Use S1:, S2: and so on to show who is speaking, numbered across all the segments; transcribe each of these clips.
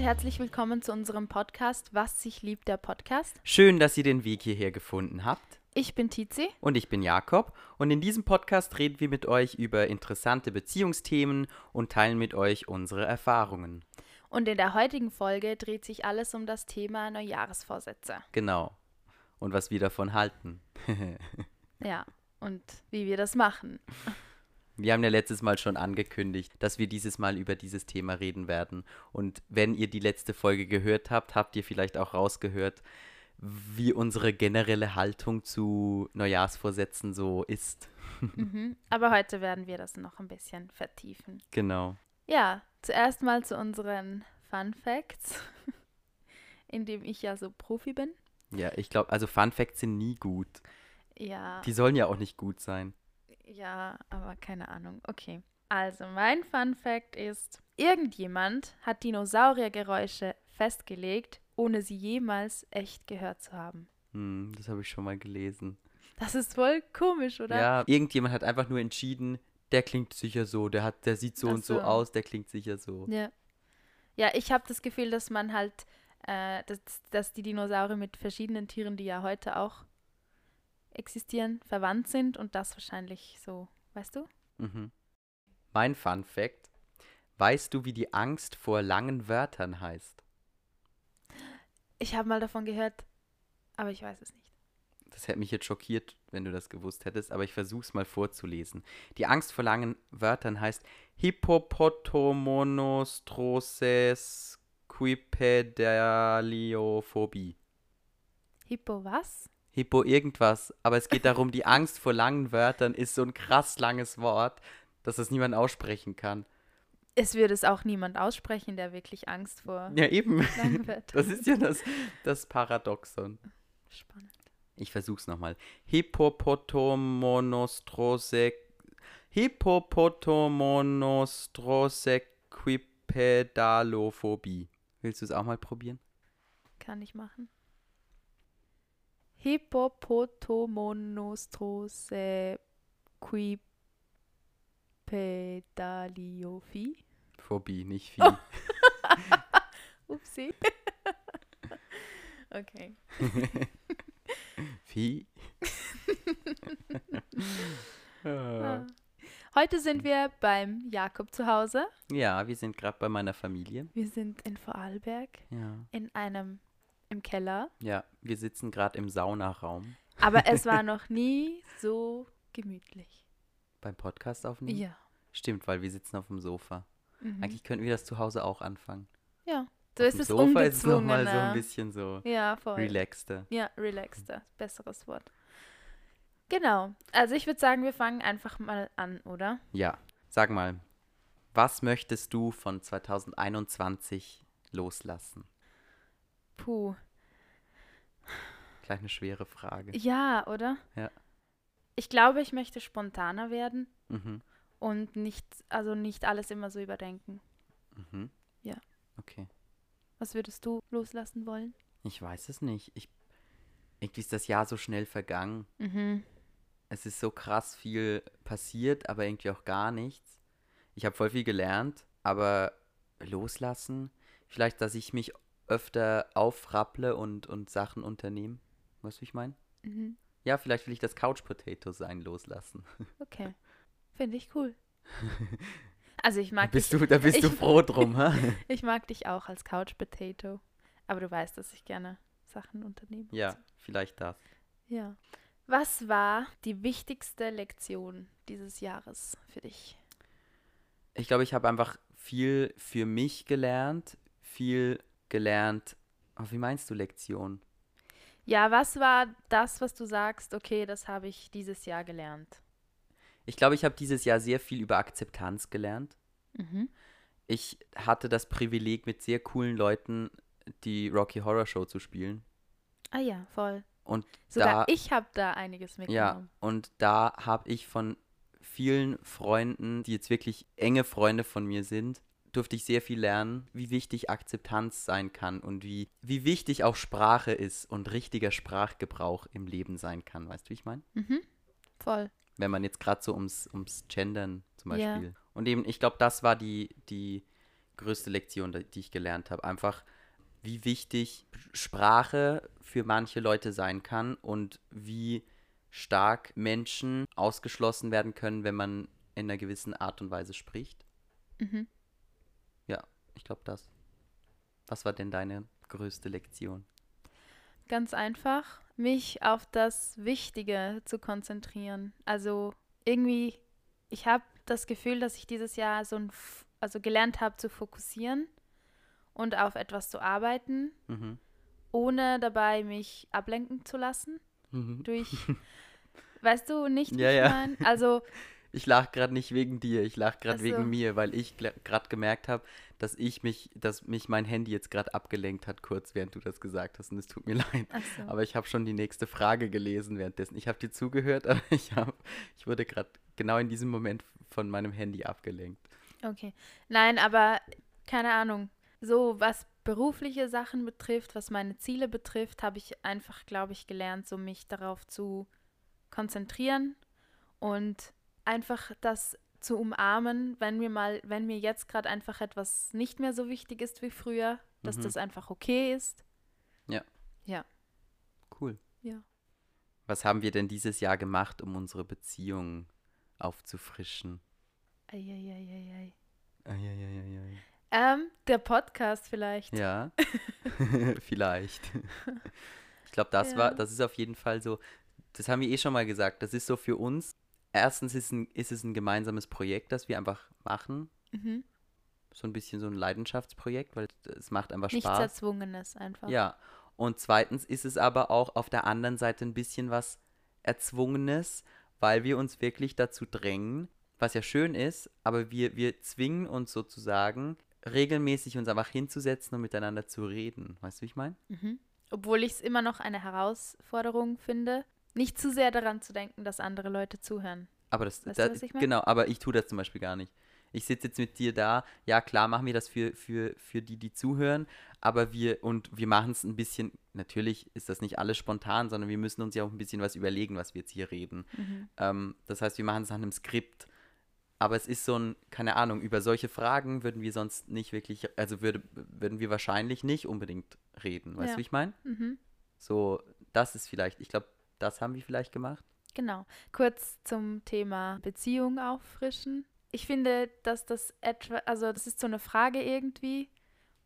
S1: herzlich willkommen zu unserem Podcast Was sich liebt, der Podcast.
S2: Schön, dass ihr den Weg hierher gefunden habt.
S1: Ich bin Tizi.
S2: Und ich bin Jakob. Und in diesem Podcast reden wir mit euch über interessante Beziehungsthemen und teilen mit euch unsere Erfahrungen.
S1: Und in der heutigen Folge dreht sich alles um das Thema Neujahresvorsätze.
S2: Genau. Und was wir davon halten.
S1: Ja, und wie wir das machen.
S2: Wir haben ja letztes Mal schon angekündigt, dass wir dieses Mal über dieses Thema reden werden. Und wenn ihr die letzte Folge gehört habt, habt ihr vielleicht auch rausgehört, wie unsere generelle Haltung zu Neujahrsvorsätzen so ist.
S1: Mhm. Aber heute werden wir das noch ein bisschen vertiefen.
S2: Genau.
S1: Ja, zuerst mal zu unseren Fun Facts, in dem ich ja so Profi bin.
S2: Ja, ich glaube, also Fun Facts sind nie gut.
S1: Ja,
S2: Die sollen ja auch nicht gut sein.
S1: ja, aber keine Ahnung. Okay. Also mein Fun Fact ist, irgendjemand hat Dinosauriergeräusche festgelegt, ohne sie jemals echt gehört zu haben.
S2: Hm, das habe ich schon mal gelesen.
S1: Das ist voll komisch, oder?
S2: Ja, irgendjemand hat einfach nur entschieden, der klingt sicher so, der hat, der sieht so
S1: Ach
S2: und so
S1: so.
S2: aus, der klingt sicher so.
S1: Ja. Ja, ich habe das Gefühl, dass man halt, äh, dass, dass die Dinosaurier mit verschiedenen Tieren, die ja heute auch existieren, verwandt sind und das wahrscheinlich so, weißt du?
S2: Mhm. Mein Fun Fact: Weißt du, wie die Angst vor langen Wörtern heißt?
S1: Ich habe mal davon gehört, aber ich weiß es nicht.
S2: Das hätte mich jetzt schockiert, wenn du das gewusst hättest, aber ich versuche es mal vorzulesen. Die Angst vor langen Wörtern heißt Hippopotomonostroses quipedaliophobie.
S1: Hippo was?
S2: Hippo irgendwas, aber es geht darum, die Angst vor langen Wörtern ist so ein krass langes Wort, dass es niemand aussprechen kann.
S1: Es würde es auch niemand aussprechen, der wirklich Angst vor
S2: Ja, eben.
S1: langen Wörtern
S2: Das ist ja das, das Paradoxon.
S1: Spannend.
S2: Ich versuch's nochmal. Hippopotomonostrose. Hippopotomonostrosequipedalophobie. Willst du es auch mal probieren?
S1: Kann ich machen. Hippopotomonostrose quipedaliophobie.
S2: Phobie, nicht viel.
S1: Upsi. okay.
S2: Vieh.
S1: Ah. Heute sind wir beim Jakob zu Hause.
S2: ja, wir sind gerade bei meiner Familie.
S1: Wir sind in Vorarlberg
S2: Ja.
S1: in einem im Keller,
S2: Ja, wir sitzen gerade im Saunaraum
S1: aber es war noch nie so gemütlich.
S2: beim Podcast aufnehmen.
S1: Ja.
S2: Stimmt, weil wir sitzen auf dem Sofa.
S1: Mhm.
S2: Hm. Eigentlich könnten wir das zu Hause auch anfangen.
S1: Ja. So
S2: auf
S1: ist
S2: dem
S1: es
S2: Sofa ist es nochmal so
S1: ungezwungener.
S2: ein bisschen so
S1: ja, voll.
S2: relaxter.
S1: Ja, relaxter, besseres Wort. Genau. Also ich würde sagen, wir fangen einfach mal an, oder?
S2: Ja, sag mal, was möchtest du von 2021 loslassen?
S1: Puh.
S2: Gleich eine schwere Frage.
S1: Ja, oder?
S2: Ja.
S1: Ich glaube, ich möchte spontaner werden.
S2: Mhm,
S1: und nicht, also nicht alles immer so überdenken.
S2: mhm.
S1: Ja.
S2: Okay.
S1: Was würdest du loslassen wollen?
S2: Ich weiß es nicht. Ich, irgendwie ist das Jahr so schnell vergangen.
S1: Mhm.
S2: Es ist so krass viel passiert, aber irgendwie auch gar nichts. Ich habe voll viel gelernt, aber loslassen. Vielleicht, dass ich mich öfter aufrapple und, und Sachen unternehme. Weißt du, wie ich meine?
S1: Mhm.
S2: Ja, vielleicht will ich das Couch Potato sein loslassen.
S1: Okay. Finde ich cool. Also ich mag
S2: bist
S1: dich,
S2: du, da bist du
S1: ich-
S2: froh drum, hä?
S1: ich mag dich auch als Couch Potato. Aber du weißt, dass ich gerne Sachen unternehme. und
S2: Ja, vielleicht das.
S1: so. Ja. Was war die wichtigste Lektion dieses Jahres für dich?
S2: Ich glaube, ich habe einfach viel für mich gelernt, viel gelernt. Oh, wie meinst du Lektion?
S1: Ja, was war das, was du sagst, okay, das habe ich dieses Jahr gelernt?
S2: Ich glaube, ich habe dieses Jahr sehr viel über Akzeptanz gelernt.
S1: Mhm.
S2: Ich hatte das Privileg, mit sehr coolen Leuten die Rocky Horror Show zu spielen.
S1: Ah ja, voll.
S2: Und
S1: Sogar
S2: da,
S1: ich habe da einiges
S2: ja,
S1: mitgenommen.
S2: und da habe ich von vielen Freunden, die jetzt wirklich enge Freunde von mir sind, durfte ich sehr viel lernen, wie wichtig Akzeptanz sein kann und wie, wie wichtig auch Sprache ist und richtiger Sprachgebrauch im Leben sein kann. Weißt du, wie ich meine?
S1: Mhm. Voll.
S2: wenn man jetzt gerade so ums, ums Gendern zum
S1: Ja.
S2: Beispiel. Und eben, ich glaube, das war die, die größte Lektion, die ich gelernt habe. Einfach, wie wichtig Sprache für manche Leute sein kann und wie stark Menschen ausgeschlossen werden können, wenn man in einer gewissen Art und Weise spricht.
S1: Mhm.
S2: Ja, ich glaube das. Was war denn deine größte Lektion?
S1: Ganz einfach, mich auf das Wichtige zu konzentrieren. Also irgendwie, ich habe das Gefühl, dass ich dieses Jahr so ein, F- also gelernt habe zu fokussieren und auf etwas zu arbeiten,
S2: Mhm.
S1: ohne dabei mich ablenken zu lassen
S2: Mhm.
S1: durch, weißt du nicht, wie
S2: Ja,
S1: ich
S2: ja.
S1: mein? Also
S2: Ich lach gerade nicht wegen dir, ich lach gerade
S1: Ach so.
S2: wegen mir, weil ich gerade gemerkt habe, dass ich mich, dass mich mein Handy jetzt gerade abgelenkt hat, kurz während du das gesagt hast. Und es tut mir leid.
S1: ach so.
S2: Aber ich habe schon die nächste Frage gelesen währenddessen. Ich habe dir zugehört, aber ich, hab, ich wurde gerade genau in diesem Moment von meinem Handy abgelenkt.
S1: Okay. Nein, aber keine Ahnung. So, was berufliche Sachen betrifft, was meine Ziele betrifft, habe ich einfach, glaube ich, gelernt, so mich darauf zu konzentrieren und einfach das zu umarmen, wenn mir mal, wenn mir jetzt gerade einfach etwas nicht mehr so wichtig ist wie früher, dass
S2: Mhm.
S1: das einfach okay ist.
S2: Cool.
S1: Ja.
S2: Was haben wir denn dieses Jahr gemacht, um unsere Beziehung aufzufrischen?
S1: Eieieiei.
S2: Eieieiei.
S1: Ähm, der Podcast vielleicht.
S2: Ja, vielleicht. Ich glaube, das
S1: Ja.
S2: war, das ist auf jeden Fall so, das haben wir eh schon mal gesagt, das ist so für uns, erstens ist, ein, ist es ein gemeinsames Projekt, das wir einfach machen,
S1: Mhm.
S2: so ein bisschen so ein Leidenschaftsprojekt, weil es macht einfach
S1: Nichts
S2: Spaß.
S1: Erzwungenes einfach.
S2: Ja, und zweitens ist es aber auch auf der anderen Seite ein bisschen was Erzwungenes, weil wir uns wirklich dazu drängen, was ja schön ist, aber wir, wir zwingen uns sozusagen, regelmäßig uns einfach hinzusetzen und miteinander zu reden. Weißt du, wie ich meine?
S1: Mhm. Obwohl ich es immer noch eine Herausforderung finde, nicht zu sehr daran zu denken, dass andere Leute zuhören.
S2: Aber das,
S1: Weißt
S2: da,
S1: du, was ich mein?
S2: genau, aber ich tue das zum Beispiel gar nicht. Ich sitze jetzt mit dir da, ja klar machen wir das für, für, für die, die zuhören, aber wir, und wir machen es ein bisschen, natürlich ist das nicht alles spontan, sondern wir müssen uns ja auch ein bisschen was überlegen, was wir jetzt hier reden. Ähm, das heißt, wir machen es nach einem Skript. Aber es ist so ein, keine Ahnung, über solche Fragen würden wir sonst nicht wirklich, also würde, würden wir wahrscheinlich nicht unbedingt reden. Weißt
S1: Ja.
S2: du, wie ich meine?
S1: Mhm.
S2: So, das ist vielleicht, ich glaube, das haben wir vielleicht gemacht.
S1: Genau. Kurz zum Thema Beziehung auffrischen. Ich finde, dass das etwa, also das ist so eine Frage irgendwie,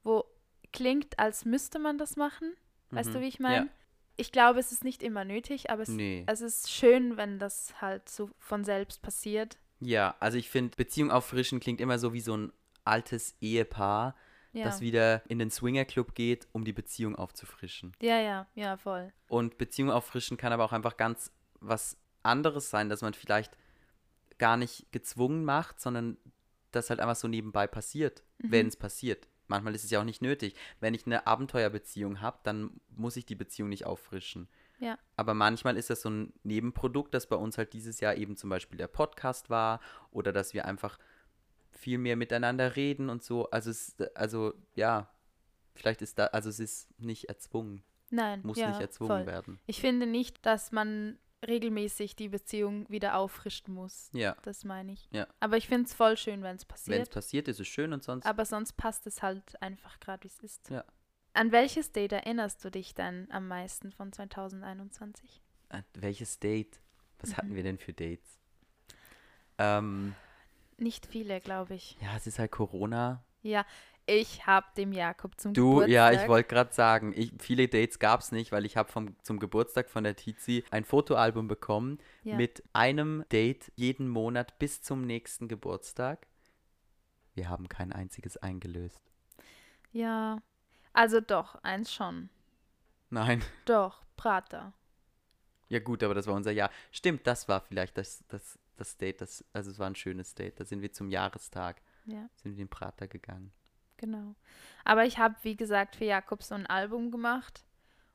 S1: wo klingt, als müsste man das machen. Weißt
S2: Mhm.
S1: du, wie ich meine? Ich glaube, es ist nicht immer nötig, aber es, also
S2: Ja. Nee.
S1: es ist schön, wenn das halt so von selbst passiert.
S2: Ja, also ich finde, Beziehung auffrischen klingt immer so wie so ein altes Ehepaar,
S1: Ja.
S2: das wieder in den Swingerclub geht, um die Beziehung aufzufrischen.
S1: ja, ja, ja, voll.
S2: Und Beziehung auffrischen kann aber auch einfach ganz was anderes sein, dass man vielleicht gar nicht gezwungen macht, sondern das halt einfach so nebenbei passiert,
S1: Mhm.
S2: wenn es passiert. Manchmal ist es ja auch nicht nötig. Wenn ich eine Abenteuerbeziehung habe, dann muss ich die Beziehung nicht auffrischen.
S1: Ja.
S2: Aber manchmal ist das so ein Nebenprodukt, das bei uns halt dieses Jahr eben zum Beispiel der Podcast war oder dass wir einfach viel mehr miteinander reden und so. Also, es, also ja, vielleicht ist da, also es ist nicht erzwungen,
S1: Nein,
S2: muss
S1: ja,
S2: nicht erzwungen
S1: voll.
S2: werden.
S1: Ich finde nicht, dass man regelmäßig die Beziehung wieder auffrischen muss.
S2: Ja,
S1: Das meine ich.
S2: Ja.
S1: Aber ich finde es voll schön, wenn es
S2: wenn es
S1: passiert.
S2: passiert, ist es schön und sonst.
S1: Aber sonst passt es halt einfach gerade, wie es ist.
S2: Ja.
S1: An welches Date erinnerst du dich dann am meisten von 2021?
S2: An Äh, Welches Date? Was hatten wir denn für Dates? Ähm,
S1: Nicht viele, glaube ich.
S2: ja, es ist halt Corona.
S1: Ja, ich habe dem Jakob zum
S2: Du,
S1: Geburtstag.
S2: ja, ich wollte gerade sagen, ich, viele Dates gab es nicht, weil ich habe vom- zum Geburtstag von der Tizi ein Fotoalbum bekommen
S1: Ja.
S2: mit einem Date jeden Monat bis zum nächsten Geburtstag. Wir haben kein einziges eingelöst.
S1: Ja. Also doch, eins schon.
S2: Nein.
S1: Doch, Prater.
S2: Ja gut, aber das war unser Jahr. Stimmt, das war vielleicht das, das, das Date, das, also es war ein schönes Date. Da sind wir zum Jahrestag,
S1: Ja.
S2: sind wir in den Prater gegangen.
S1: Genau. Aber ich habe, wie gesagt, für Jakob so ein Album gemacht.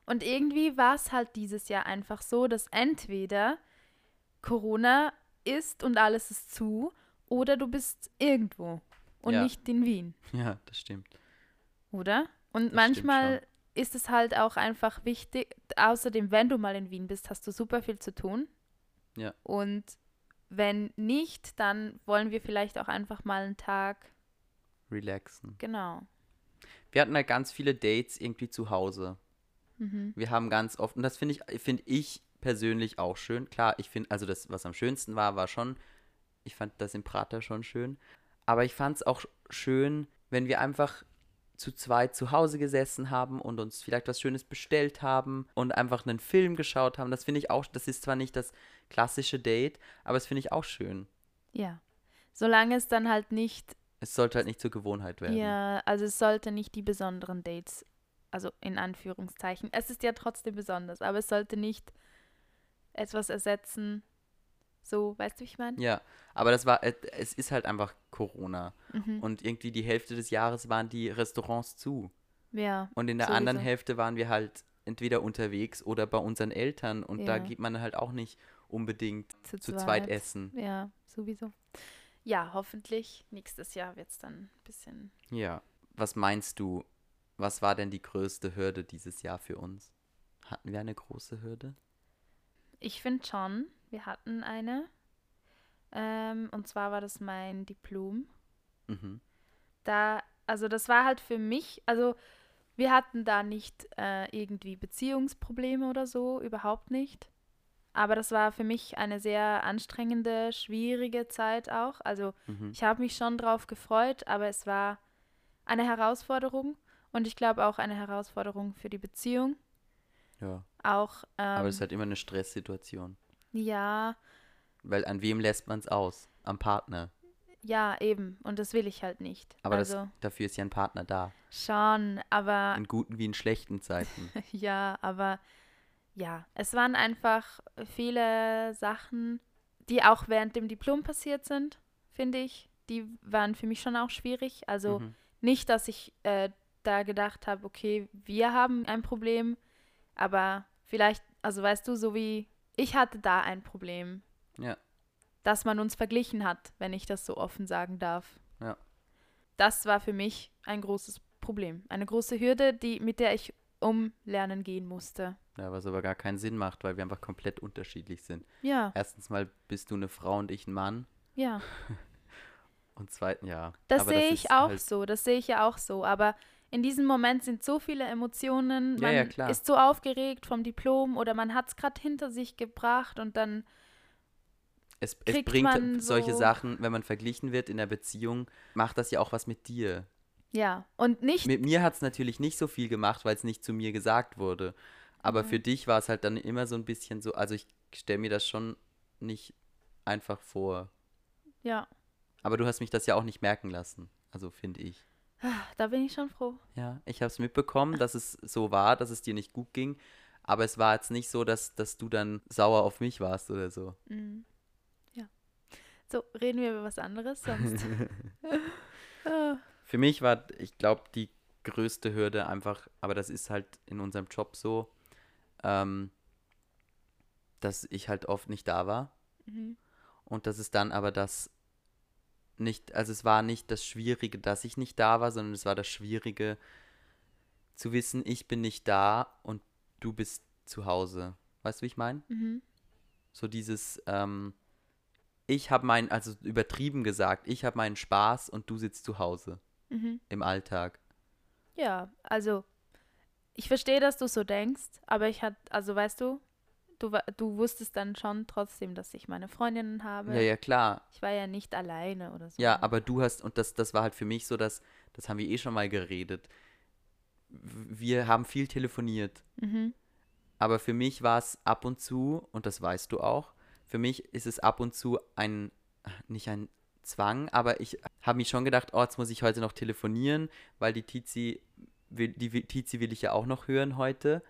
S1: Und irgendwie war es halt dieses Jahr einfach so, dass entweder Corona ist und alles ist zu, oder du bist irgendwo und
S2: Ja.
S1: nicht in Wien,
S2: Ja, das stimmt.
S1: oder? Und
S2: stimmt
S1: manchmal ist es halt auch einfach wichtig, außerdem, wenn du mal in Wien bist, hast du super viel zu tun.
S2: Ja.
S1: Und wenn nicht, dann wollen wir vielleicht auch einfach mal einen Tag
S2: relaxen.
S1: Genau.
S2: Wir hatten halt ganz viele Dates irgendwie zu Hause.
S1: Mhm.
S2: Wir haben ganz oft, und das finde ich, finde ich persönlich auch schön. Klar, ich finde, also das, was am schönsten war, war schon, ich fand das im Prater schon schön. Aber ich fand es auch schön, wenn wir einfach zu zweit zu Hause gesessen haben und uns vielleicht was Schönes bestellt haben und einfach einen Film geschaut haben. Das finde ich auch, das ist zwar nicht das klassische Date, aber das finde ich auch schön.
S1: Ja. Solange es dann halt nicht,
S2: Es sollte halt nicht zur Gewohnheit werden.
S1: ja, also es sollte nicht die besonderen Dates, also in Anführungszeichen. Es ist ja trotzdem besonders, aber es sollte nicht etwas ersetzen. So, weißt du, wie ich meine?
S2: Ja, aber das war, äh, es ist halt einfach Corona.
S1: Mhm.
S2: Und irgendwie die Hälfte des Jahres waren die Restaurants zu.
S1: Ja.
S2: Und in der
S1: Sowieso.
S2: anderen Hälfte waren wir halt entweder unterwegs oder bei unseren Eltern. Und da
S1: Ja.
S2: geht man halt auch nicht unbedingt zu zweit essen.
S1: Ja, sowieso. Ja, hoffentlich. Nächstes Jahr wird es dann ein bisschen.
S2: Ja. Was meinst du, was war denn die größte Hürde dieses Jahr für uns? Hatten wir eine große Hürde?
S1: Ich finde schon, wir hatten eine. Ähm, und zwar war das mein Diplom.
S2: Mhm.
S1: Da, also das war halt für mich, also wir hatten da nicht äh, irgendwie Beziehungsprobleme oder so, überhaupt nicht. Aber das war für mich eine sehr anstrengende, schwierige Zeit auch. Also
S2: Mhm.
S1: Ich habe mich schon drauf gefreut, aber es war eine Herausforderung und ich glaube auch eine Herausforderung für die Beziehung.
S2: Ja.
S1: Auch ähm,
S2: Aber es ist halt immer eine Stresssituation.
S1: ja,
S2: Weil an wem lässt man es aus? Am Partner.
S1: ja eben und das will ich halt nicht.
S2: Aber
S1: also Ah.
S2: das, dafür ist ja ein Partner da.
S1: schon, aber
S2: In guten wie in schlechten Zeiten.
S1: ja, aber ja, es waren einfach viele Sachen, die auch während dem Diplom passiert sind, finde ich. Die waren für mich schon auch schwierig. Also
S2: Mhm.
S1: Nicht, dass ich äh, da gedacht habe, okay, wir haben ein Problem, aber vielleicht, also weißt du, so wie ich hatte da ein Problem,
S2: Ja.
S1: dass man uns verglichen hat, wenn ich das so offen sagen darf.
S2: Ja.
S1: Das war für mich ein großes Problem, eine große Hürde, die mit der ich umlernen gehen musste.
S2: Ja, was aber gar keinen Sinn macht, weil wir einfach komplett unterschiedlich sind.
S1: Ja,
S2: Erstens mal bist du eine Frau und ich ein Mann.
S1: ja.
S2: Und zweitens, ja.
S1: Das
S2: aber
S1: sehe ich
S2: ist
S1: auch
S2: halt-
S1: so, das sehe ich ja auch so. Aber in diesem Moment sind so viele Emotionen.
S2: Ja,
S1: Man
S2: ja, klar.
S1: ist so aufgeregt vom Diplom oder man hat es gerade hinter sich gebracht und dann,
S2: es, es
S1: kriegt
S2: bringt
S1: man
S2: solche
S1: so-
S2: Sachen, wenn man verglichen wird in der Beziehung, macht das ja auch was mit dir.
S1: ja. Und nicht,
S2: Mit mir hat es natürlich nicht so viel gemacht, weil es nicht zu mir gesagt wurde.
S1: Mhm.
S2: Aber für dich war es halt dann immer so ein bisschen so, also ich stelle mir das schon nicht einfach vor.
S1: ja,
S2: Aber du hast mich das ja auch nicht merken lassen. Also finde ich.
S1: da bin ich schon froh.
S2: Ja, ich habe es mitbekommen, dass es so war, dass es dir nicht gut ging. Aber es war jetzt nicht so, dass, dass du dann sauer auf mich warst oder so.
S1: Mhm. Ja. So, reden wir über was anderes sonst. Ah,
S2: Für mich war, ich glaube, die größte Hürde einfach, aber das ist halt in unserem Job so, ähm, dass ich halt oft nicht da war.
S1: mhm.
S2: Und dass es dann aber das nicht, also es war nicht das Schwierige, dass ich nicht da war, sondern es war das Schwierige zu wissen, ich bin nicht da und du bist zu Hause. Weißt du, wie ich meine?
S1: Mhm.
S2: So dieses, ähm, ich habe meinen, also übertrieben gesagt, ich habe meinen Spaß und du sitzt zu Hause
S1: Mhm.
S2: im Alltag.
S1: Ja, also ich verstehe, dass du so denkst, aber ich hatte, also weißt du, du, wa- du wusstest dann schon trotzdem, dass ich meine Freundinnen habe.
S2: Ja, ja, klar.
S1: Ich war ja nicht alleine oder so. ne?
S2: Ja, aber du hast, und das, das war halt für mich so, dass, das haben wir eh schon mal geredet. W- Wir haben viel telefoniert,
S1: Mhm.
S2: aber für mich war es ab und zu, und das weißt du auch, für mich ist es ab und zu ein, nicht ein Zwang, aber ich habe mich schon gedacht, oh, jetzt muss ich heute noch telefonieren, weil die Tizi, will, die will- Tizi will ich ja auch noch hören heute.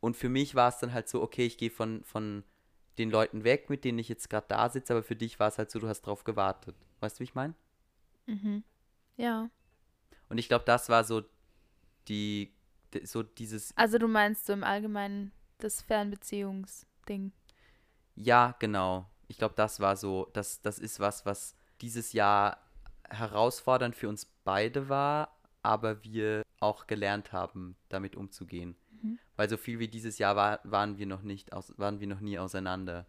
S2: Und für mich war es dann halt so, okay, ich gehe von, von den Leuten weg, mit denen ich jetzt gerade da sitze, aber für dich war es halt so, du hast drauf gewartet. Weißt du, wie ich meine?
S1: Mhm. Ja.
S2: Und ich glaube, das war so die, d- so dieses,
S1: Also du meinst so im Allgemeinen das Fernbeziehungsding.
S2: ja, genau. Ich glaube, das war so, das, das ist was, was dieses Jahr herausfordernd für uns beide war, aber wir auch gelernt haben, damit umzugehen.
S1: Mhm.
S2: Weil so viel wie dieses Jahr war, waren wir noch nicht, aus, waren wir noch nie auseinander.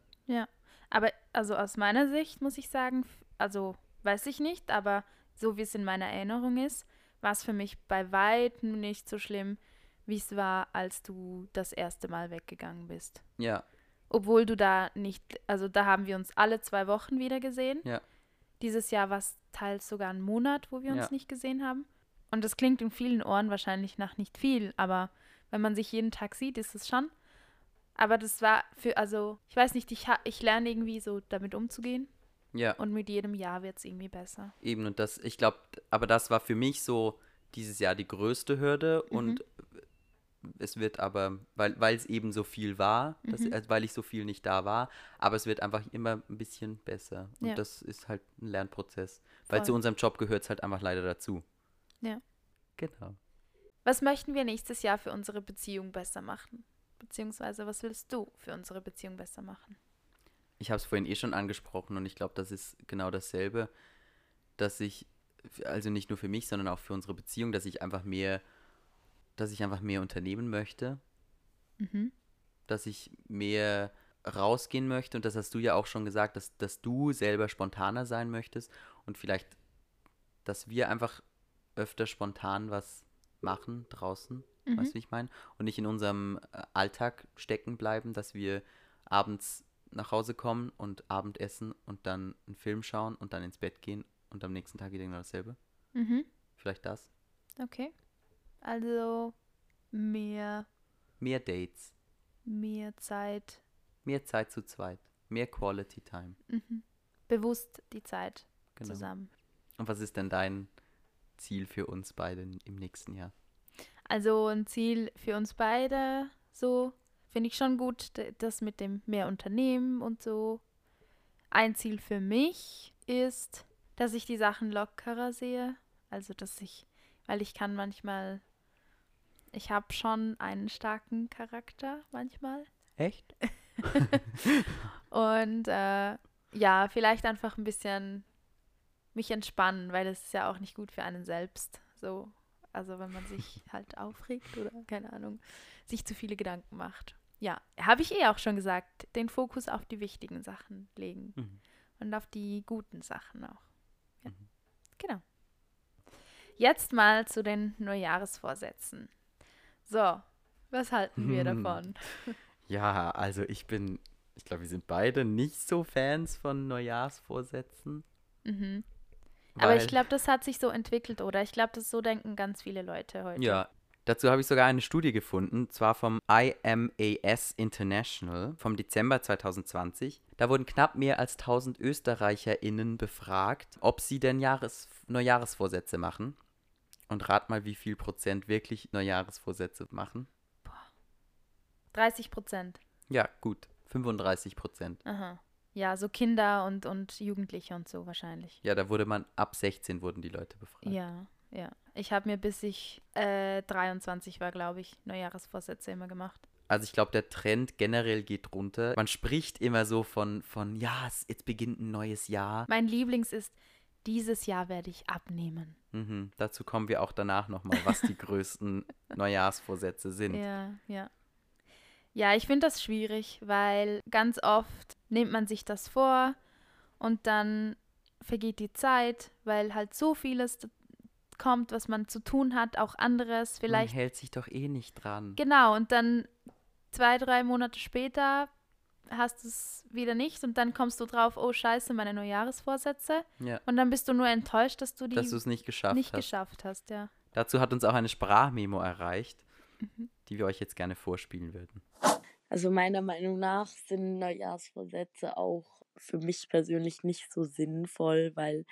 S1: Aber also aus meiner Sicht muss ich sagen, f- also weiß ich nicht, aber so wie es in meiner Erinnerung ist, war es für mich bei weitem nicht so schlimm, wie es war, als du das erste Mal weggegangen bist.
S2: Ja,
S1: Obwohl du da nicht, also da haben wir uns alle zwei Wochen wieder gesehen.
S2: Ja.
S1: Dieses Jahr war es teils sogar ein Monat, wo wir uns
S2: Ja.
S1: nicht gesehen haben. Und das klingt in vielen Ohren wahrscheinlich nach nicht viel, aber wenn man sich jeden Tag sieht, ist es schon. Aber das war für, also ich weiß nicht, ich, ha- ich lerne irgendwie so damit umzugehen
S2: ja.
S1: und mit jedem Jahr wird es irgendwie besser.
S2: Eben, und das, ich glaube, aber das war für mich so dieses Jahr die größte Hürde
S1: Mhm.
S2: und es wird aber, weil weil es eben so viel war, dass,
S1: Mhm.
S2: also weil ich so viel nicht da war, aber es wird einfach immer ein bisschen besser. Und
S1: Ja.
S2: das ist halt ein Lernprozess. Weil zu
S1: Voll.
S2: unserem Job gehört es halt einfach leider dazu.
S1: Ja.
S2: Genau.
S1: Was möchten wir nächstes Jahr für unsere Beziehung besser machen? Beziehungsweise, was willst du für unsere Beziehung besser machen?
S2: Ich habe es vorhin eh schon angesprochen und ich glaube, das ist genau dasselbe, dass ich, also nicht nur für mich, sondern auch für unsere Beziehung, dass ich einfach mehr, dass ich einfach mehr unternehmen möchte.
S1: Mhm.
S2: dass ich mehr rausgehen möchte und das hast du ja auch schon gesagt, dass, dass du selber spontaner sein möchtest und vielleicht, dass wir einfach öfter spontan was machen draußen,
S1: Mhm.
S2: weißt du, wie ich meine? Und nicht in unserem äh, Alltag stecken bleiben, dass wir abends nach Hause kommen und Abend essen und dann einen Film schauen und dann ins Bett gehen und am nächsten Tag wieder genau dasselbe.
S1: Mhm.
S2: Vielleicht das.
S1: Okay. Also mehr,
S2: Mehr Dates,
S1: mehr Zeit.
S2: mehr Zeit zu zweit, mehr Quality Time.
S1: Mhm. Bewusst die Zeit
S2: Genau.
S1: zusammen.
S2: Und was ist denn dein Ziel für uns beide n- im nächsten Jahr?
S1: Also ein Ziel für uns beide, so finde ich schon gut, d- das mit dem mehr Unternehmen und so. Ein Ziel für mich ist, dass ich die Sachen lockerer sehe. Also dass ich, weil ich kann manchmal, ich habe schon einen starken Charakter manchmal.
S2: Echt?
S1: Und äh, ja, vielleicht einfach ein bisschen mich entspannen, weil es ist ja auch nicht gut für einen selbst. So, also wenn man sich halt aufregt oder keine Ahnung, sich zu viele Gedanken macht. Ja, habe ich eh auch schon gesagt, den Fokus auf die wichtigen Sachen legen
S2: Mhm.
S1: und auf die guten Sachen auch. Ja. Genau. Jetzt mal zu den Neujahresvorsätzen. So, was halten wir
S2: Hm.
S1: davon?
S2: Ja, also ich bin, ich glaube, wir sind beide nicht so Fans von Neujahrsvorsätzen.
S1: Mhm. Aber
S2: weil-
S1: ich glaube, das hat sich so entwickelt, oder? Ich glaube, das so denken ganz viele Leute heute.
S2: Ja. Dazu habe ich sogar eine Studie gefunden, zwar vom IMAS International vom Dezember 2020. Da wurden knapp mehr als 1000 ÖsterreicherInnen befragt, ob sie denn Jahres Neujahrsvorsätze machen. Und rat mal, wie viel Prozent wirklich Neujahrsvorsätze machen.
S1: 30 Prozent.
S2: Ja, gut. 35 Prozent.
S1: Aha. Ja, so Kinder und, und Jugendliche und so wahrscheinlich.
S2: Ja, da wurde man, ab 16 wurden die Leute befragt.
S1: Ja, ja. Ich habe mir bis ich äh, 23 war, glaube ich, Neujahresvorsätze immer gemacht.
S2: Also ich glaube, der Trend generell geht runter. Man spricht immer so von, von ja, es- jetzt beginnt ein neues Jahr.
S1: Mein Lieblings ist, dieses Jahr werde ich abnehmen.
S2: Mhm. Dazu kommen wir auch danach nochmal, was die größten Neujahrsvorsätze sind.
S1: Ja, ja. Ja, ich finde das schwierig, weil ganz oft nimmt man sich das vor und dann vergeht die Zeit, weil halt so vieles d- kommt, was man zu tun hat, auch anderes
S2: Man
S1: vielleicht.
S2: hält sich doch eh nicht dran.
S1: Genau, und dann zwei, drei Monate später hast du es wieder nicht und dann kommst du drauf, oh scheiße, meine Neujahresvorsätze.
S2: Ja.
S1: Und dann bist du nur enttäuscht, dass du die
S2: Dass du es nicht geschafft
S1: nicht
S2: hast.
S1: geschafft hast, ja.
S2: Dazu hat uns auch eine Sprachmemo erreicht,
S1: Mhm.
S2: die wir euch jetzt gerne vorspielen würden.
S3: Also meiner Meinung nach sind Neujahrsvorsätze auch für mich persönlich nicht so sinnvoll, weil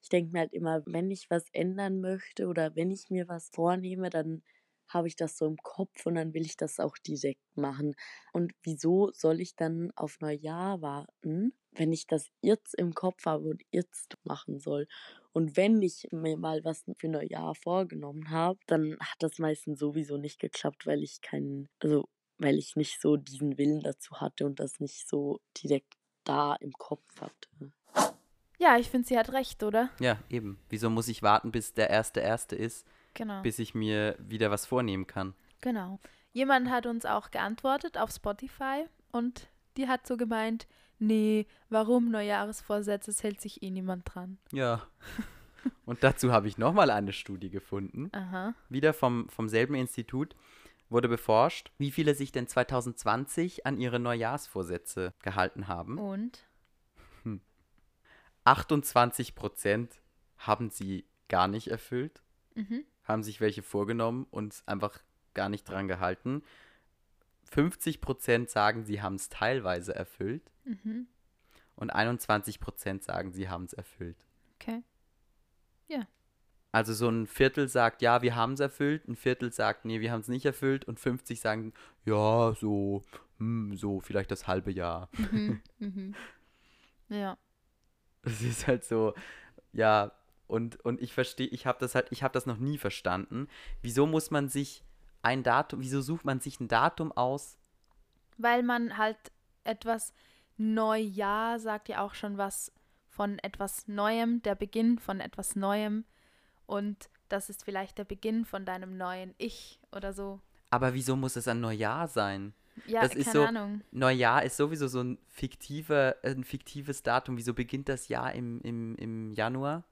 S3: ich denke mir halt immer, wenn ich was ändern möchte oder wenn ich mir was vornehme, dann habe ich das so im Kopf und dann will ich das auch direkt machen. Und wieso soll ich dann auf Neujahr warten, wenn ich das jetzt im Kopf habe und jetzt machen soll? Und wenn ich mir mal was für Neujahr vorgenommen habe, dann hat das meistens sowieso nicht geklappt, weil ich keinen, also weil ich nicht so diesen Willen dazu hatte und das nicht so direkt da im Kopf hatte.
S1: Ja, ich finde, sie hat recht, oder?
S2: Ja, eben. Wieso muss ich warten, bis der erste erste ist,
S1: Genau.
S2: bis ich mir wieder was vornehmen kann?
S1: Genau. Jemand hat uns auch geantwortet auf Spotify und die hat so gemeint, nee, warum Neujahresvorsätze, es hält sich eh niemand dran.
S2: Ja. Und dazu habe ich nochmal eine Studie gefunden,
S1: Aha.
S2: wieder vom, vom selben Institut, wurde beforscht, wie viele sich denn 2020 an ihre Neujahrsvorsätze gehalten haben.
S1: Mhm. Und?
S2: 28 Prozent haben sie gar nicht erfüllt,
S1: Mhm.
S2: haben sich welche vorgenommen und einfach gar nicht dran gehalten. 50 Prozent sagen, sie haben es teilweise erfüllt
S1: Mhm.
S2: und 21 Prozent sagen, sie haben es erfüllt.
S1: Okay.
S2: Also so ein Viertel sagt, ja, wir haben es erfüllt, ein Viertel sagt, nee, wir haben es nicht erfüllt und 50 sagen, ja, so, hm, so, vielleicht das halbe Jahr.
S1: Mhm. mhm. Ja.
S2: Es ist halt so, ja, und, und ich verstehe, ich habe das halt, ich habe das noch nie verstanden. Wieso muss man sich ein Datum, wieso sucht man sich ein Datum aus?
S1: Weil man halt etwas Neujahr sagt ja auch schon was von etwas Neuem, der Beginn von etwas Neuem. Und das ist vielleicht der Beginn von deinem neuen Ich oder so.
S2: Aber wieso muss es ein Neujahr sein?
S1: Ja,
S2: Das
S1: keine
S2: ist so-
S1: Ahnung.
S2: Neujahr ist sowieso so ein, fiktiver, ein fiktives Datum. Wieso beginnt das Jahr im, im, im Januar?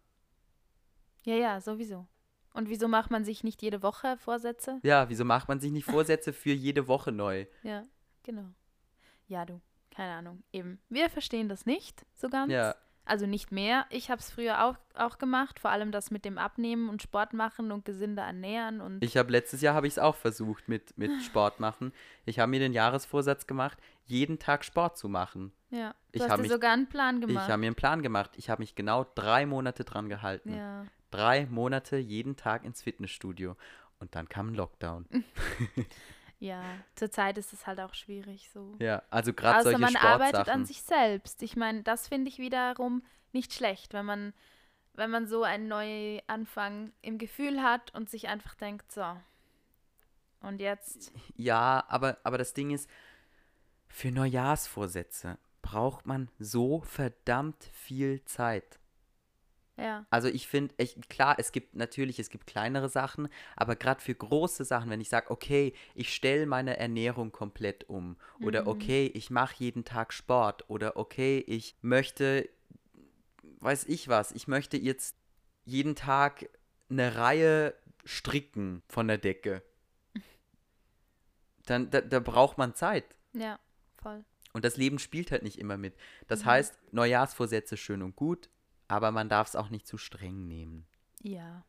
S1: Ja, ja, sowieso. Und wieso macht man sich nicht jede Woche Vorsätze?
S2: Ja, wieso macht man sich nicht Vorsätze für jede Woche neu?
S1: Ja, genau. Ja, du, keine Ahnung. Eben. Wir verstehen das nicht so ganz.
S2: Ja.
S1: Also nicht mehr. Ich habe es früher auch, auch gemacht, vor allem das mit dem Abnehmen und Sport machen und gesünder ernähren und
S2: Ich habe letztes Jahr habe ich es auch versucht mit, mit
S1: Ah.
S2: Sport machen. Ich habe mir den Jahresvorsatz gemacht, jeden Tag Sport zu machen.
S1: ja. Du
S2: ich
S1: hast
S2: hab
S1: dir
S2: mich-
S1: sogar einen Plan
S2: Ich habe
S1: gemacht.
S2: mir einen Plan gemacht. Ich habe mich genau drei Monate dran gehalten.
S1: ja.
S2: Drei Monate jeden Tag ins Fitnessstudio. Und dann kam ein Lockdown.
S1: Mhm. ja, zurzeit ist es halt auch schwierig so.
S2: Ja, also gerade
S1: Außer
S2: solche
S1: man arbeitet an
S2: Sportsachen.
S1: sich selbst. Ich meine, das finde ich wiederum nicht schlecht, wenn man, wenn man so einen neuen Anfang im Gefühl hat und sich einfach denkt, so, und jetzt,
S2: Ja, aber, aber das Ding ist, für Neujahrsvorsätze braucht man so verdammt viel Zeit.
S1: ja,
S2: Also ich finde, klar, es gibt natürlich, es gibt kleinere Sachen, aber gerade für große Sachen, wenn ich sage, okay, ich stelle meine Ernährung komplett um oder
S1: Mhm.
S2: okay, ich mache jeden Tag Sport oder okay, ich möchte, weiß ich was, ich möchte jetzt jeden Tag eine Reihe stricken von der Decke, dann da, da braucht man Zeit.
S1: ja, voll.
S2: Und das Leben spielt halt nicht immer mit. Das
S1: Mhm.
S2: heißt, Neujahrsvorsätze schön und gut, aber man darf es auch nicht zu streng nehmen.
S1: Ja.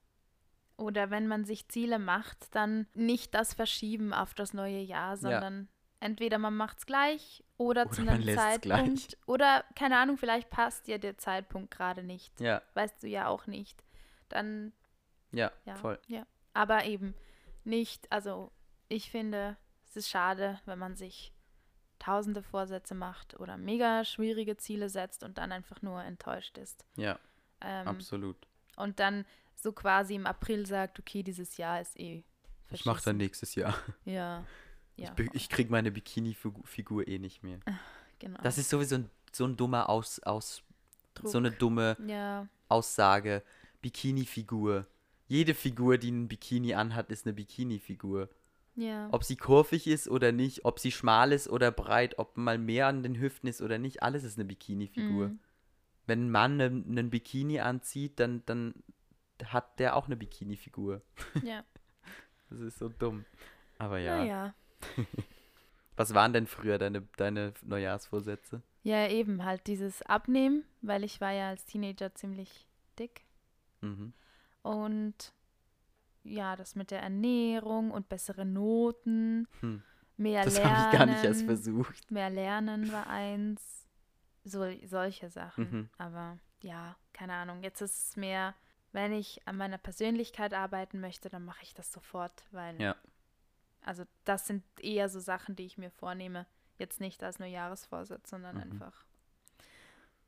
S1: Oder wenn man sich Ziele macht, dann nicht das verschieben auf das neue Jahr, sondern entweder man macht es gleich oder, zu
S2: Oder man
S1: einem
S2: lässt's gleich.
S1: Zeitpunkt. Oder keine Ahnung, vielleicht passt dir der Zeitpunkt gerade nicht.
S2: Ja,
S1: Weißt du ja auch nicht. Dann,
S2: ja,
S1: ja.
S2: voll.
S1: Ja. Aber eben nicht, also ich finde, es ist schade, wenn man sich tausende Vorsätze macht oder mega schwierige Ziele setzt und dann einfach nur enttäuscht ist.
S2: Ja,
S1: Ähm,
S2: absolut.
S1: und dann so quasi im April sagt, okay, dieses Jahr ist eh.
S2: Ich mache
S1: verschissen.
S2: dann nächstes Jahr.
S1: Ja. ja
S2: Ich, be- ich krieg meine Bikini-Figur eh nicht mehr.
S1: genau.
S2: Das ist sowieso ein, so ein dummer Aus, aus so eine dumme
S1: ja,
S2: Aussage. Bikini-Figur. Jede Figur, die einen Bikini anhat, ist eine Bikini-Figur.
S1: ja.
S2: Ob sie kurvig ist oder nicht, ob sie schmal ist oder breit, ob mal mehr an den Hüften ist oder nicht, alles ist eine Bikini-Figur.
S1: Mhm.
S2: Wenn ein Mann einen einen Bikini anzieht, dann, dann hat der auch eine Bikini-Figur.
S1: Ja.
S2: Das ist so dumm. Aber ja.
S1: Naja.
S2: Was waren denn früher deine, deine Neujahrsvorsätze?
S1: Ja, eben halt dieses Abnehmen, weil ich war ja als Teenager ziemlich dick.
S2: Mhm.
S1: Und ja, das mit der Ernährung und bessere Noten,
S2: Hm.
S1: mehr
S2: Das
S1: Lernen.
S2: habe ich gar nicht erst versucht.
S1: Mehr Lernen war eins. So, solche Sachen.
S2: Mhm.
S1: Aber ja, keine Ahnung. Jetzt ist es mehr, wenn ich an meiner Persönlichkeit arbeiten möchte, dann mache ich das sofort, weil.
S2: Ja.
S1: Also, das sind eher so Sachen, die ich mir vornehme. Jetzt nicht als nur Jahresvorsitz, sondern
S2: Mhm.
S1: einfach.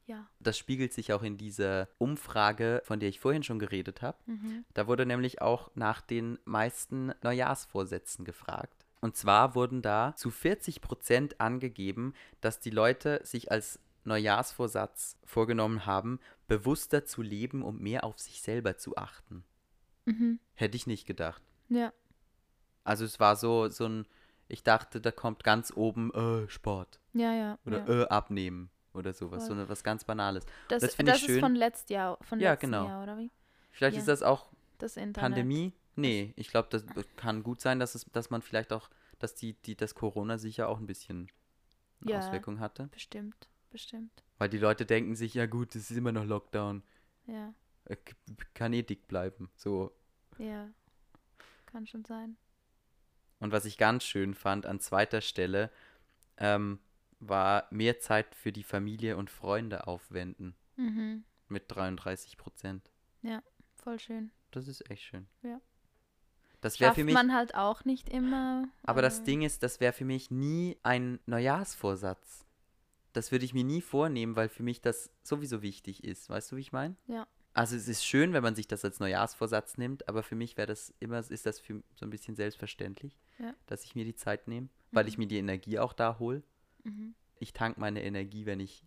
S1: Ja.
S2: Das spiegelt sich auch in dieser Umfrage, von der ich vorhin schon geredet habe.
S1: Mhm.
S2: Da wurde nämlich auch nach den meisten Neujahrsvorsätzen gefragt. Und zwar wurden da zu 40 Prozent angegeben, dass die Leute sich als Neujahrsvorsatz vorgenommen haben, bewusster zu leben und mehr auf sich selber zu achten.
S1: Mhm.
S2: Hätte ich nicht gedacht.
S1: Ja.
S2: Also es war so, so ein, ich dachte, da kommt ganz oben äh, Sport
S1: Ja, ja.
S2: oder
S1: ja.
S2: äh, Abnehmen oder sowas, so
S1: Voll.
S2: eine, was ganz Banales.
S1: Das,
S2: Das
S1: das,
S2: finde ich
S1: ist
S2: schön.
S1: von letzt Jahr, von
S2: Ja,
S1: letztem
S2: genau.
S1: Jahr, oder wie?
S2: Vielleicht
S1: Ja.
S2: ist das auch
S1: Das Internet.
S2: Pandemie? Nee, ich glaube, das kann gut sein, dass, es, dass man vielleicht auch, dass die, die, das Corona sicher auch ein bisschen eine
S1: Ja.
S2: Auswirkung hatte.
S1: Bestimmt, bestimmt.
S2: Weil die Leute denken sich, ja gut, es ist immer noch Lockdown.
S1: Ja,
S2: Äh, k- Kann eh dick bleiben. So.
S1: ja. Kann schon sein.
S2: Und was ich ganz schön fand an zweiter Stelle, ähm, war mehr Zeit für die Familie und Freunde aufwenden.
S1: Mhm.
S2: Mit 33 Prozent.
S1: Voll schön.
S2: Das ist echt schön.
S1: Ja.
S2: Das wäre
S1: Schafft
S2: für mich.
S1: man halt auch nicht immer.
S2: Aber das
S1: äh,
S2: Ding ist, das wäre für mich nie ein Neujahrsvorsatz. Das würde ich mir nie vornehmen, weil für mich das sowieso wichtig ist. Weißt du, wie ich meine?
S1: Ja.
S2: Also es ist schön, wenn man sich das als Neujahrsvorsatz nimmt, aber für mich wäre das immer, ist das für so ein bisschen selbstverständlich,
S1: Ja.
S2: dass ich mir die Zeit nehme, weil ich
S1: Mhm.
S2: mir die Energie auch da hole.
S1: Mhm.
S2: Ich tank meine Energie, wenn ich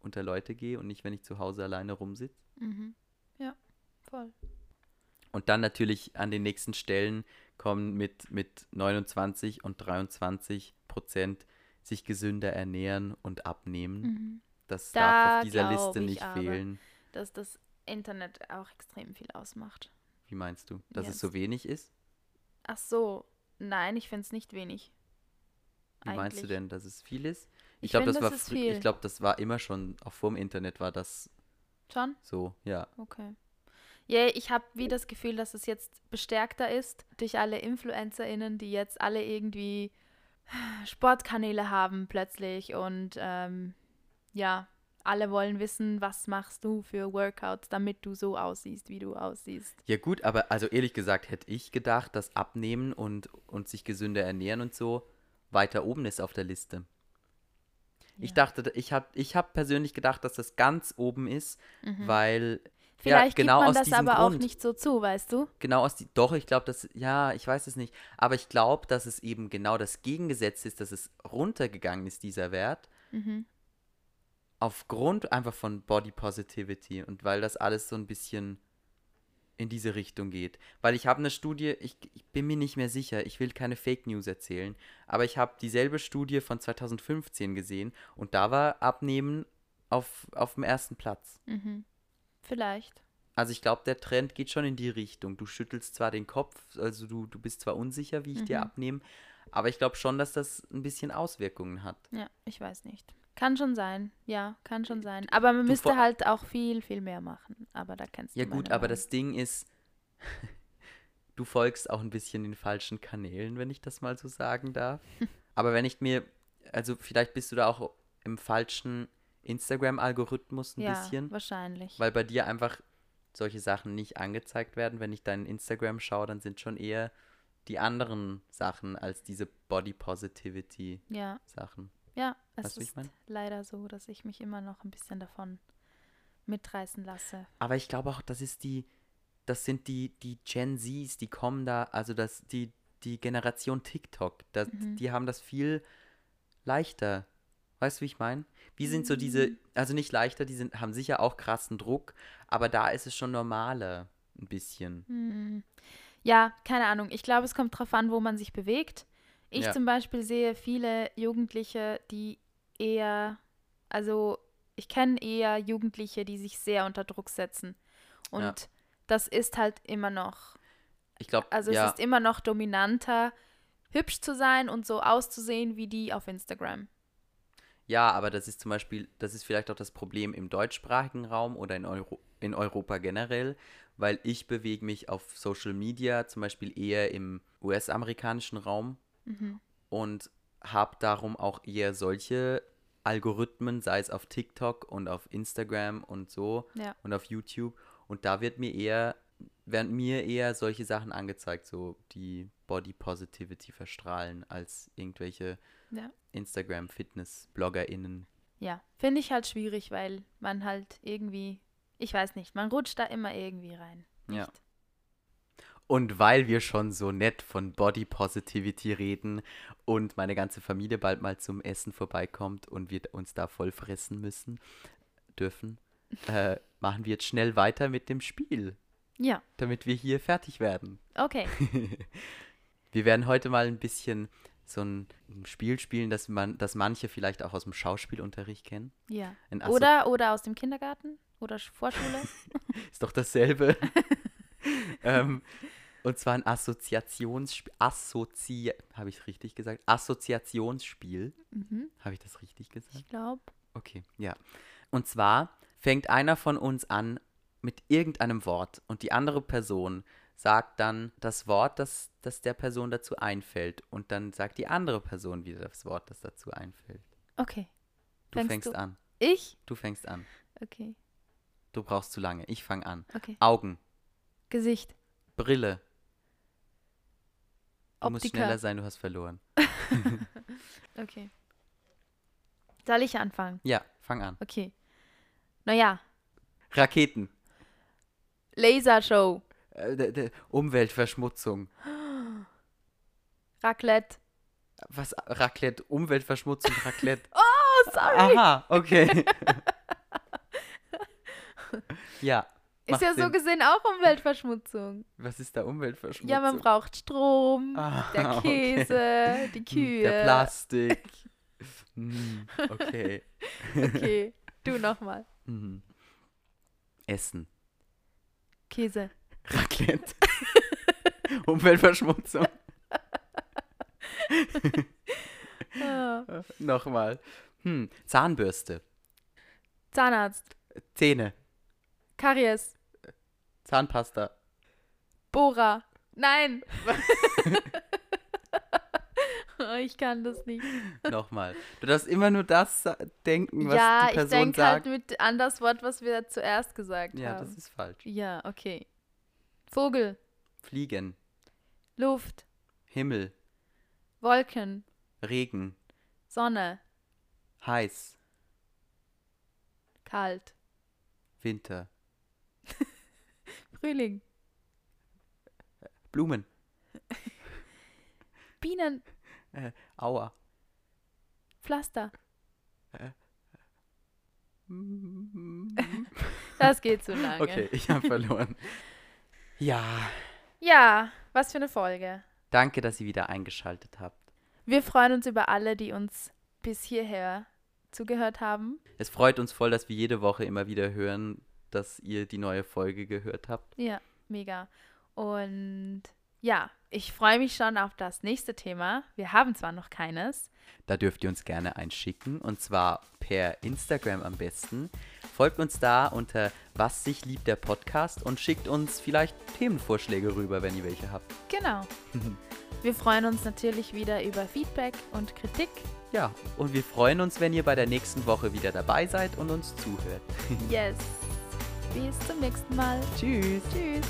S2: unter Leute gehe und nicht, wenn ich zu Hause alleine rumsitze.
S1: Mhm. Ja, voll.
S2: Und dann natürlich an den nächsten Stellen kommen mit, mit 29 und 23 Prozent sich gesünder ernähren und abnehmen.
S1: Mhm.
S2: Das
S1: Da
S2: darf auf dieser
S1: glaub
S2: Liste
S1: ich
S2: nicht
S1: aber.
S2: fehlen.
S1: Dass das Internet auch extrem viel ausmacht.
S2: Wie meinst du? Dass es
S1: Yes.
S2: so wenig ist?
S1: Ach so, nein, ich finde es nicht wenig.
S2: Wie meinst du
S1: Eigentlich.
S2: denn, dass es viel ist? Ich,
S1: Ich
S2: glaube,
S1: find,
S2: das,
S1: das
S2: war
S1: ist
S2: frü-
S1: viel.
S2: ich glaube, das war immer schon, auch vor dem Internet war das
S1: Schon?
S2: so, ja.
S1: Okay. Ja, ich habe wie das Gefühl, dass es jetzt bestärkter ist durch alle InfluencerInnen, die jetzt alle irgendwie Sportkanäle haben plötzlich und ähm, ja, alle wollen wissen, was machst du für Workouts, damit du so aussiehst, wie du aussiehst.
S2: Ja gut, aber also ehrlich gesagt hätte ich gedacht, dass Abnehmen und, und sich gesünder ernähren und so weiter oben ist auf der Liste. Ich
S1: Ja.
S2: dachte, ich habe ich hab persönlich gedacht, dass das ganz oben ist,
S1: Mhm.
S2: weil
S1: Vielleicht
S2: genau
S1: gibt man
S2: aus
S1: das
S2: diesem
S1: aber auch
S2: Grund.
S1: nicht so zu, weißt du?
S2: genau aus die doch ich glaube dass ja ich weiß es nicht aber ich glaube dass es eben genau das Gegengesetz ist dass es runtergegangen ist dieser Wert
S1: Mhm.
S2: aufgrund einfach von Body Positivity und weil das alles so ein bisschen in diese Richtung geht weil ich habe eine Studie ich, ich bin mir nicht mehr sicher ich will keine Fake News erzählen aber ich habe dieselbe Studie von 2015 gesehen und da war Abnehmen auf auf dem ersten Platz
S1: Mhm. Vielleicht.
S2: also ich glaube, der Trend geht schon in die Richtung. Du schüttelst zwar den Kopf, also du, du bist zwar unsicher, wie ich dir
S1: Mhm.
S2: abnehme, aber ich glaube schon, dass das ein bisschen Auswirkungen hat.
S1: Ja, ich weiß nicht. Kann schon sein, ja, kann schon sein. Aber man
S2: Äh, Du
S1: müsste
S2: vor-
S1: halt auch viel, viel mehr machen. Aber da kennst
S2: Ja
S1: du
S2: gut,
S1: meine
S2: aber
S1: Meinung.
S2: das Ding ist, du folgst auch ein bisschen den falschen Kanälen, wenn ich das mal so sagen darf. aber wenn ich mir, also vielleicht bist du da auch im falschen Instagram-Algorithmus ein
S1: ja,
S2: bisschen,
S1: wahrscheinlich.
S2: weil bei dir einfach solche Sachen nicht angezeigt werden. Wenn ich dein Instagram schaue, dann sind schon eher die anderen Sachen als diese Body Positivity
S1: ja,
S2: Sachen.
S1: ja, es
S2: Weißt du, wie ich
S1: ist
S2: mein?
S1: leider so, dass ich mich immer noch ein bisschen davon mitreißen lasse.
S2: Aber ich glaube auch, das ist die, das sind die, die Gen Zs, die kommen da, also das, die, die Generation TikTok, das,
S1: Mhm.
S2: die haben das viel leichter. Weißt du, wie ich meine? Wie sind so
S1: Mhm.
S2: diese, also nicht leichter, die sind, haben sicher auch krassen Druck, aber da ist es schon normaler, ein bisschen.
S1: Hm. Ja, keine Ahnung. Ich glaube, es kommt drauf an, wo man sich bewegt. Ich
S2: Ja.
S1: zum Beispiel sehe viele Jugendliche, die eher, also ich kenne eher Jugendliche, die sich sehr unter Druck setzen. Und
S2: Ja.
S1: das ist halt immer noch
S2: Ich glaube,
S1: Also
S2: ja.
S1: es ist immer noch dominanter, hübsch zu sein und so auszusehen wie die auf Instagram.
S2: Ja, aber das ist zum Beispiel, das ist vielleicht auch das Problem im deutschsprachigen Raum oder in, Euro in Europa generell, weil ich bewege mich auf Social Media zum Beispiel eher im US-amerikanischen Raum
S1: Mhm.
S2: und habe darum auch eher solche Algorithmen, sei es auf TikTok und auf Instagram und so
S1: Ja.
S2: und auf YouTube. Und da wird mir eher, werden mir eher solche Sachen angezeigt, so die Body Positivity verstrahlen, als irgendwelche
S1: Ja.
S2: Instagram-Fitness-BloggerInnen.
S1: Ja, finde ich halt schwierig, weil man halt irgendwie, ich weiß nicht, man rutscht da immer irgendwie rein.
S2: Ja.
S1: Nicht?
S2: Und weil wir schon so nett von Body Positivity reden und meine ganze Familie bald mal zum Essen vorbeikommt und wir uns da voll fressen müssen, dürfen, äh, machen wir jetzt schnell weiter mit dem Spiel,
S1: Ja,
S2: damit wir hier fertig werden.
S1: okay.
S2: Wir werden heute mal ein bisschen so ein Spiel spielen, das, man, das manche vielleicht auch aus dem Schauspielunterricht kennen.
S1: Ja.
S2: Ein Asso-
S1: Oder, oder aus dem Kindergarten? Oder Sch- Vorschule?
S2: Ist doch dasselbe. ähm, und zwar ein Assoziationsspiel. Assozi habe ich richtig gesagt? Assoziationsspiel.
S1: mhm,
S2: Habe ich das richtig gesagt?
S1: ich glaube.
S2: Okay, ja. Und zwar fängt einer von uns an mit irgendeinem Wort und die andere Person sagt dann das Wort, das, das der Person dazu einfällt. Und dann sagt die andere Person wieder das Wort, das dazu einfällt.
S1: Okay.
S2: Du
S1: Fängst
S2: fängst
S1: du-
S2: an.
S1: Ich?
S2: Du fängst an.
S1: Okay.
S2: Du brauchst zu lange. Ich fange an.
S1: Okay.
S2: Augen,
S1: Gesicht.
S2: Brille. Du musst
S1: Optiker.
S2: schneller sein, du hast verloren.
S1: Okay. Soll ich anfangen?
S2: Ja, fang an.
S1: Okay. Naja,
S2: Raketen.
S1: Lasershow,
S2: Äh, d- d- Umweltverschmutzung.
S1: Raclette.
S2: Was? Raclette. Umweltverschmutzung, Raclette. Ah,
S1: Oh, sorry.
S2: Aha, okay. ja.
S1: ist
S2: macht
S1: ja so
S2: Sinn.
S1: gesehen auch Umweltverschmutzung.
S2: Was ist da Umweltverschmutzung?
S1: Ja, man braucht Strom,
S2: Ah,
S1: der
S2: okay.
S1: Käse, die
S2: Hm,
S1: Kühe.
S2: Der Plastik. Hm, okay.
S1: Okay, du nochmal.
S2: Hm. Essen.
S1: Käse.
S2: Raclette. Umweltverschmutzung.
S1: Ah,
S2: Nochmal. Hm. Zahnbürste.
S1: Zahnarzt,
S2: Zähne.
S1: Karies,
S2: Zahnpasta.
S1: Bohrer. Nein. oh, ich kann das nicht.
S2: Nochmal. Du darfst immer nur das sa- denken, was
S1: ja,
S2: die
S1: ich
S2: Person
S1: denke halt
S2: sagt.
S1: mit an das Wort, was wir zuerst gesagt
S2: ja,
S1: haben.
S2: das ist falsch.
S1: ja, okay. Vogel,
S2: Fliegen.
S1: Luft,
S2: Himmel.
S1: Wolken,
S2: Regen.
S1: Sonne,
S2: Heiß.
S1: kalt,
S2: Winter.
S1: Frühling,
S2: Blumen.
S1: Bienen,
S2: Aua.
S1: Pflaster.
S2: okay,
S1: Das geht zu lange.
S2: ich habe verloren. Ja,
S1: Ja, was für eine Folge.
S2: danke, dass ihr wieder eingeschaltet habt.
S1: Wir freuen uns über alle, die uns bis hierher zugehört haben.
S2: Es freut uns voll, dass wir jede Woche immer wieder hören, dass ihr die neue Folge gehört habt.
S1: Ja, mega. Und ja, ich freue mich schon auf das nächste Thema. Wir haben zwar noch keines.
S2: Da dürft ihr uns gerne einschicken und zwar per Instagram am besten. Folgt uns da unter Was sich liebt der Podcast und schickt uns vielleicht Themenvorschläge rüber, wenn ihr welche habt.
S1: Genau. Wir freuen uns natürlich wieder über Feedback und Kritik.
S2: Ja, und wir freuen uns, wenn ihr bei der nächsten Woche wieder dabei seid und uns zuhört.
S1: Yes. Bis zum nächsten Mal.
S2: Tschüss.
S1: Tschüss.